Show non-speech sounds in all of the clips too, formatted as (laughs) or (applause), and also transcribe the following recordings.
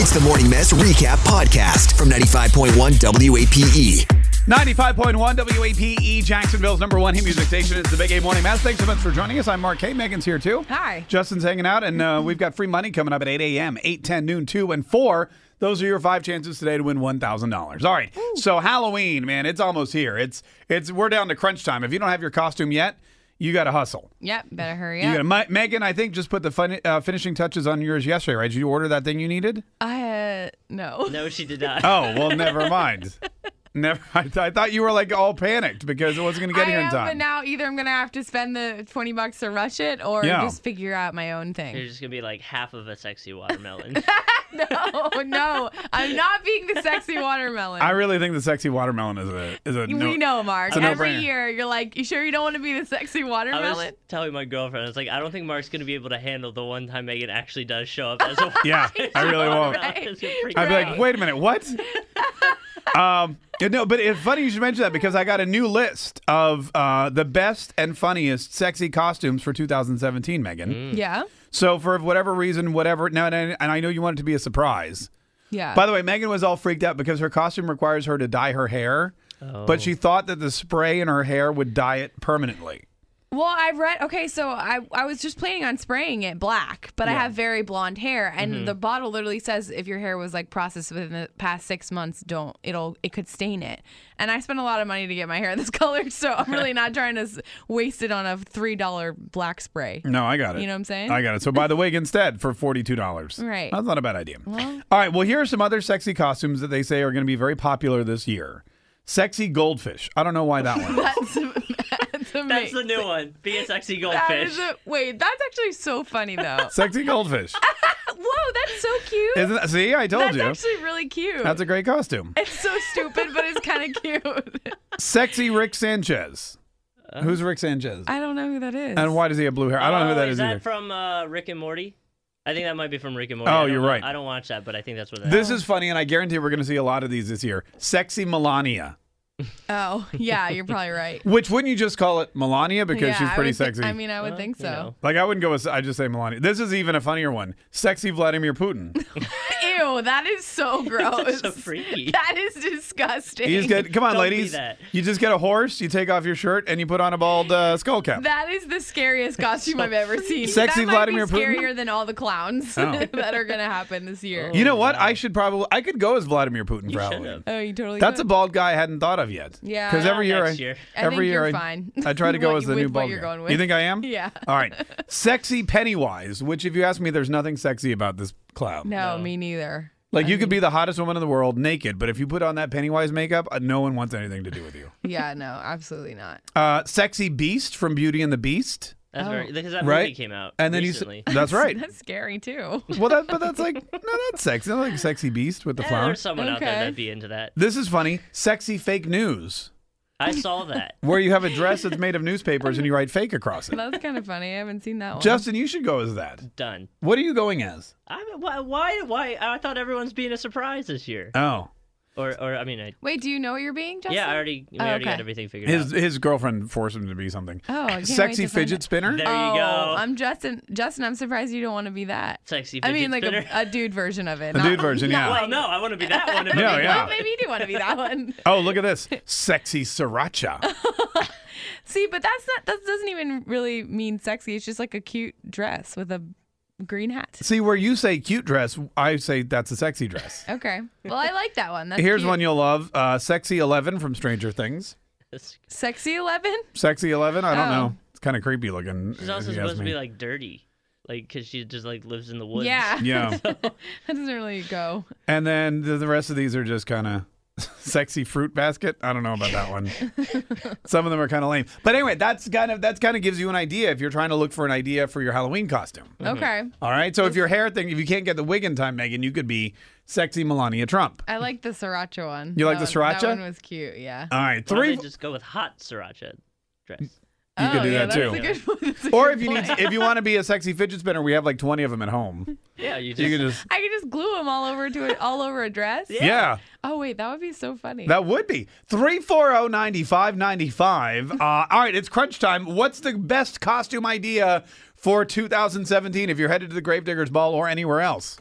It's the Morning Mess Recap Podcast from 95.1 WAPE. 95.1 WAPE, E, Jacksonville's number one hit music station. It's the Big A Morning Mass. Thanks so much for joining us. I'm Mark K. Megan's here too. Hi. Justin's hanging out, and uh, we've got free money coming up at 8 a.m., 8, 10, noon, 2, and 4. Those are your five chances today to win $1,000. All right. So Halloween, man, it's almost here. It's it's We're down to crunch time. If you don't have your costume yet, you got to hustle. Yep, better hurry You up. gotta, My, Megan, I think, just put the fin- uh, finishing touches on yours yesterday, right? Did you order that thing you needed? I uh, no. No, she (laughs) did not. Oh, well, never mind. Never. (laughs) I, th- I thought you were like all panicked because it wasn't going to get I here in am, time. but now either I'm gonna have to spend the twenty bucks to rush it, or Yeah. just figure out my own (laughs) You're thing. just gonna be like half of a sexy (laughs) watermelon. no, Oh, no, I'm not being the sexy (laughs) watermelon. I really think the sexy watermelon is a is a no- we know, Mark. it's a Every no-brainer. year, you're like, "You sure you don't want to be the sexy I was watermelon?" telling my girlfriend, I was like, I don't think Mark's gonna be able to handle the one time Megan actually does show up as a (laughs) (laughs) Yeah, I really won't. Right. (laughs) It's gonna freak I'd be her like, out. wait a minute, (laughs) what? um, yeah, no, but it's funny you should mention that because I got a new list of uh, the best and funniest sexy costumes for 2017, Megan. Mm. Yeah, So for whatever reason, whatever. Now, and I, and I know you want it to be a surprise. yeah. By the way, Megan was all freaked out because her costume requires her to dye her hair, but she thought that the spray in her hair would dye it permanently. Well, I read. Okay, so I I was just planning on spraying it black, but I have very blonde hair, and Mm-hmm. the bottle literally says if your hair was like processed within the past six months, don't it'll it could stain it. And I spent a lot of money to get my hair this (laughs) color, so I'm really not trying to s- waste it on a three dollar black spray. No, I got it. You know what I'm saying? I got it. So buy the wig instead for $42. Right. That's not a bad idea. All right. Well, here are some other sexy costumes that they say are going to be very popular this year. Sexy goldfish. I don't know why that (laughs) one. (laughs) That's that's That's the amazing. new one. Be a sexy That goldfish. is a- wait, that's actually so (laughs) funny though. (laughs) Sexy goldfish. Whoa, that's so cute. Isn't that, see, I told that's you. actually really cute. that's a great costume. it's so stupid, but it's kind of (laughs) cute. Sexy Rick Sanchez. Who's Rick Sanchez? Uh, I don't know who that is. and why does he have blue hair? I don't know who Oh, that is, is that either. from uh, Rick and Morty? I think that might be from Rick and Morty. Oh, I don't you're know. right. I don't watch that, but I think that's what that this is funny, and I guarantee we're going to see a lot of these this year. Sexy Melania. Oh, (laughs) yeah, you're probably right. Which wouldn't you just call it Melania because yeah, she's I pretty would thi- sexy? I mean, I would think you so. like I wouldn't go with. I just say Melania. This is even a funnier one. Sexy Vladimir Putin. Ew, that is (laughs) so gross. so freaky. (laughs) That is disgusting. You just get, come on, Don't be ladies. that. You just get a horse, you take off your shirt, and you put on a bald uh, skull cap. (laughs) That is the scariest costume I've ever seen. Sexy that might Vladimir be Putin? scarier than all the clowns Oh. (laughs) that are gonna happen this year. Oh. you know what? I should probably. I could go as Vladimir Putin for Halloween. should've. Oh, you totally. That's a could. bald guy I hadn't thought of yet. Yeah. Because every year, I, Next year. I every think year you're I, fine I try (laughs) to go what- as the with new what bald you're guy. going with. You think I am? Yeah. All right. Sexy Pennywise, which if you ask me, there's nothing sexy about this clown. No, me neither. Like you could be the hottest woman in the world naked, but if you put on that Pennywise makeup, uh, no one wants anything to do with you. Yeah, no, absolutely not. Uh, sexy Beast from Beauty and the Beast. That's very because that Right? movie came out And then recently. you. s- That's (laughs) right. That's scary too. (laughs) Well, that, but that's like no, that's sexy. That's like sexy beast with the Eh, flower. there's someone out there Okay. that'd be into that. This is funny. Sexy fake news, I saw that. where you have a dress that's made of newspapers and you write fake across (laughs) it. That's kind of funny. I haven't seen that one. Justin, you should go as that. Done. What are you going as? I why, why why I thought everyone's being a surprise this year. Oh, Or or I mean I Wait, do you know what you're being, Justin? Yeah, I already, we Oh, already got okay. everything figured his out. his girlfriend forced him to be something. Oh, I can't wait sexy to find fidget it. spinner. There oh, you go. I'm Justin. Justin, I'm surprised you don't want to be that. Sexy I fidget mean, like a, spinner. a dude version of it. The not- dude version, (laughs) not yeah. like- well, no, I want to be that one. (laughs) if No, I'm being yeah. Well, (laughs) maybe you do want to be that one. (laughs) Oh, look at this. Sexy sriracha. See, but that's not. That doesn't even really mean sexy. It's just like a cute dress with a green hat. (laughs) See, where you say cute dress, I say that's a sexy dress. Okay. Well, I like that one. That's Here's cute. one you'll love. Uh, sexy Eleven from Stranger Things. honest. Sexy Eleven. Sexy Eleven. I don't Oh. know. It's kind of creepy looking. She's if also you ask supposed to me. be like dirty, like because she just like lives in the (laughs) woods. Yeah. (laughs) Yeah. That doesn't really go. And then the, the rest of these are just kind of (laughs) sexy fruit basket. I don't know about that one. Some of them are kind of lame. But anyway, that's kind of that's kind of gives you an idea if you're trying to look for an idea for your Halloween costume. Okay. All right. So if your hair thing, if you can't get the wig in time, Megan, you could be sexy Melania Trump. I like the sriracha one. You like That the one- sriracha? That one was cute. Yeah. All right. Three. Three. just go with hot sriracha dress. You could oh, do yeah, that that's too. A good (laughs) one. That's a Or good if you need, point. if you want to be a sexy fidget spinner, we have like twenty of them at home. Yeah, you just. (laughs) You can just. I could just glue them all over to it, all over a dress. yeah. Oh wait, that would be so funny. That would be oh, 340 9595. Uh, all right, it's crunch time. What's the best costume idea for 2017 if you're headed to the Gravediggers Ball or anywhere else?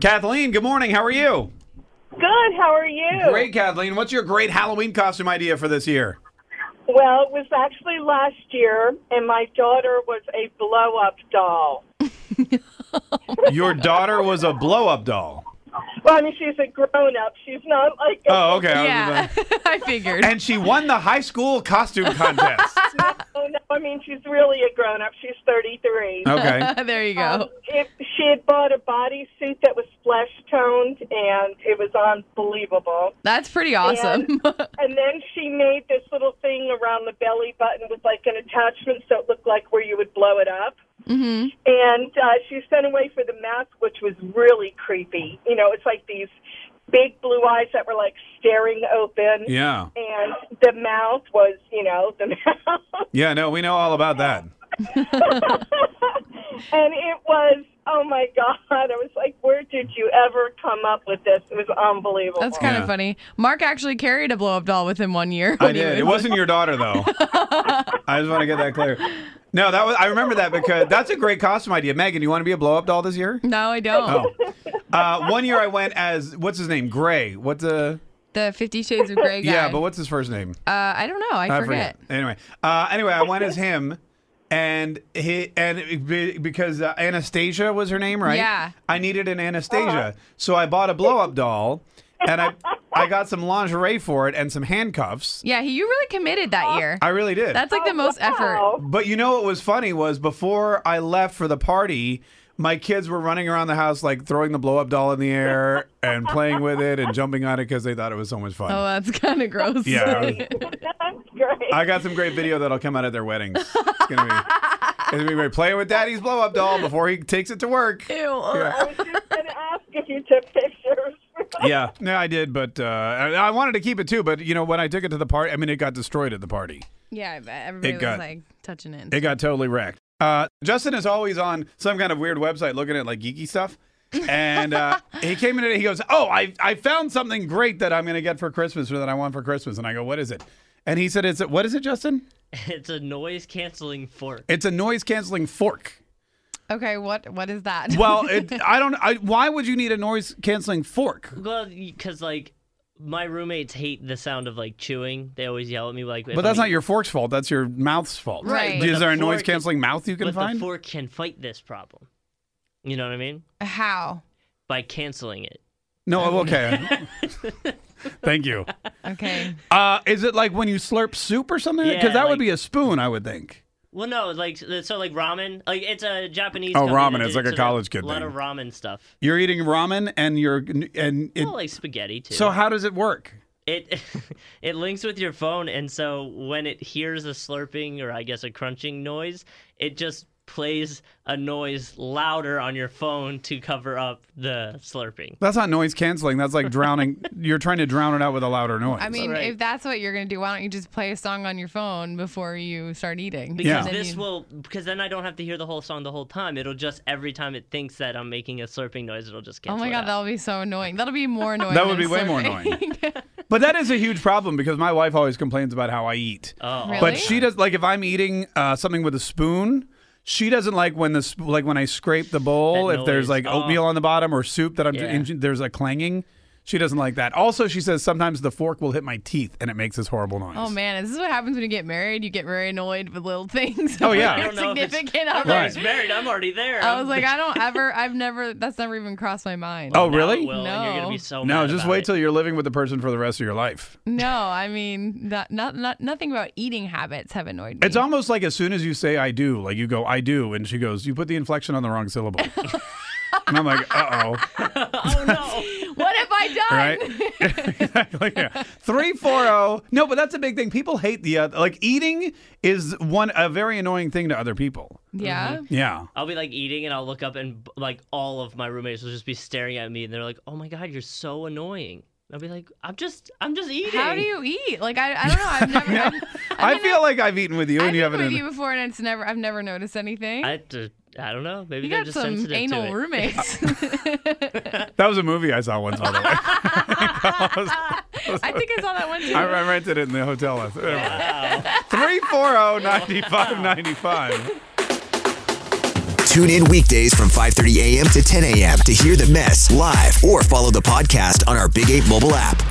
Kathleen, good morning. How are you? Good. How are you? Great, Kathleen. What's your great Halloween costume idea for this year? Well, it was actually last year, and my daughter was a blow up doll. Your daughter was a blow up doll. Well, I mean, she's a grown up. She's not like a Oh, okay. I was yeah, about- (laughs) I figured. And she won the high school costume contest. (laughs) oh, no, I mean, she's really a grown up. She's 33. (laughs) Okay. Oh, (laughs) there you go. Um, it, she had bought a bodysuit that was flesh toned, and it was unbelievable. That's pretty awesome. (laughs) And then she made this little thing around the belly button with like an attachment so it looked like where you would blow it up. Mm-hmm. And uh, she sent away for the mask, which was really creepy. You know, it's like these big blue eyes that were like staring open. Yeah. And the mouth was, you know, the (laughs) mouth. Yeah, no, we know all about that. and it was, oh my God. I was like, where did you ever come up with this? It was unbelievable. That's kind Yeah. of funny. Mark actually carried a blow up doll with him one year. I did. It wasn't your daughter though. I just want to get that clear. No, that was. I remember that because that's a great costume idea. Megan, you want to be a blow up doll this year? (laughs) No, I don't. Oh. Uh, one year I went as what's his name? Gray. What's a The Fifty Shades of Grey (laughs) guy. yeah? But what's his first name? Uh, I don't know. I, forget. Anyway, uh, anyway, I went as him, and he and it be- because uh, Anastasia was her name, right? Yeah. I needed an Anastasia, so I bought a blow up doll, and I I got some lingerie for it and some handcuffs. Yeah, he, you really committed that year. I really did. That's like the most effort. Oh, Wow. But you know what was funny was before I left for the party, my kids were running around the house like throwing the blow up doll in the air and playing with it and jumping on it because they thought it was so much fun. Oh, that's kind of gross. yeah, I, was- (laughs) That's great. I got some great video that'll come out at their weddings. It's gonna be, it's gonna be great. Playing with Daddy's blow up doll before he takes it to work. (laughs) Ew. I was just going to ask if you took pictures. Yeah, no, I did, but uh, I, I wanted to keep it too. But you know, when I took it to the party, I mean, it got destroyed at the party. Yeah, I bet everybody It was got- like touching it. It got totally wrecked. Uh, Justin is always on some kind of weird website looking at like geeky stuff. And uh, he came in today. He goes, "Oh, I I found something great that I'm going to get for Christmas or that I want for Christmas." And I go, "What is it?" And he said, "It's a, what is it, Justin? It's a noise canceling fork. It's a noise canceling fork." okay, what what is that? Well, it, I don't. I, why would you need a noise canceling fork? Well, because like my roommates hate the sound of like chewing. They always yell at me like. But that's not your fork's fault. That's your mouth's fault. Right. But Is the there a fork- noise canceling mouth you can But find? the fork can fight this problem. You know what I mean? (laughs) How? By canceling it. no. oh, (laughs) Okay. Thank you. Okay. Uh, is it like when you slurp soup or something? Because Yeah, that would like- be a spoon, I would think. Well, no, like so, like ramen. Like it's a Japanese. Oh, company ramen, that it's did like a sort of college kid A lot thing. of ramen stuff. You're eating ramen and you're and it. Well, like spaghetti too. So how does it work? it (laughs) it links with your phone, and so when it hears a slurping or I guess a crunching noise, it just plays a noise louder on your phone to cover up the slurping. That's not noise canceling. That's like (laughs) drowning. you're trying to drown it out with a louder noise. I mean, right. if that's what you're gonna do, why don't you just play a song on your phone before you start eating? Because Yeah. I this mean- will, because then I don't have to hear the whole song the whole time. It'll just every time it thinks that I'm making a slurping noise, it'll just Oh cancel. my it god, out. that'll be so annoying. That'll be more (laughs) annoying. That would than be way more slurping. annoying. but that is a huge problem because my wife always complains about how I eat. (laughs) Oh, Really? But she does like if I'm eating uh, something with a spoon. She doesn't like when the sp- like when I scrape the bowl. That If there's noise. Oh. like oatmeal on the bottom or soup that I'm Yeah. and there's a clanging. She doesn't like that. Also, she says sometimes the fork will hit my teeth and it makes this horrible noise. Oh man, this is what happens when you get married. You get very annoyed with little things. (laughs) Oh, yeah. I They're don't know if it's- (laughs) significant. I I'm thought like- I was married. I'm already there. I was like, I don't ever. I've never. That's never even crossed my mind. Oh, Now it really? will, and you're gonna No. be so No, mad just about wait (laughs) it. till you're living with the person for the rest of your life. No, I mean, not, not, not, nothing about eating habits have annoyed me. It's almost like as soon as you say I do, like you go, I do, and she goes, You put the (laughs) inflection on the wrong syllable. and I'm like, uh oh. oh no. (laughs) what if I on. Right? (laughs) exactly. Yeah. Three four zero. No, but that's a big thing. People hate the uh, like eating is one a very annoying thing to other people. (laughs) Yeah. Yeah. (laughs) I'll be like eating and I'll look up and like all of my roommates will just be staring at me and they're like, "Oh my god, you're so annoying." I'll be like, "I'm just, I'm just eating." How do you eat? Like I, I don't know. (laughs) I've never. I've, Mm-hmm. I been feel out- like I've eaten with you I've and you been haven't. with you eaten- before, and it's never. I've never noticed anything. I, d- I don't know. Maybe you they're got just some sensitive to anal it. roommates. (laughs) (laughs) That was a movie I saw once. By the (laughs) way, That was- (laughs) I think I saw that one too. I I rented it in the hotel. (laughs) last- Three four zero ninety five ninety five. Tune in weekdays from 5:30 a.m. to 10 a.m. to hear the mess live or follow the podcast on our Big 8 mobile app.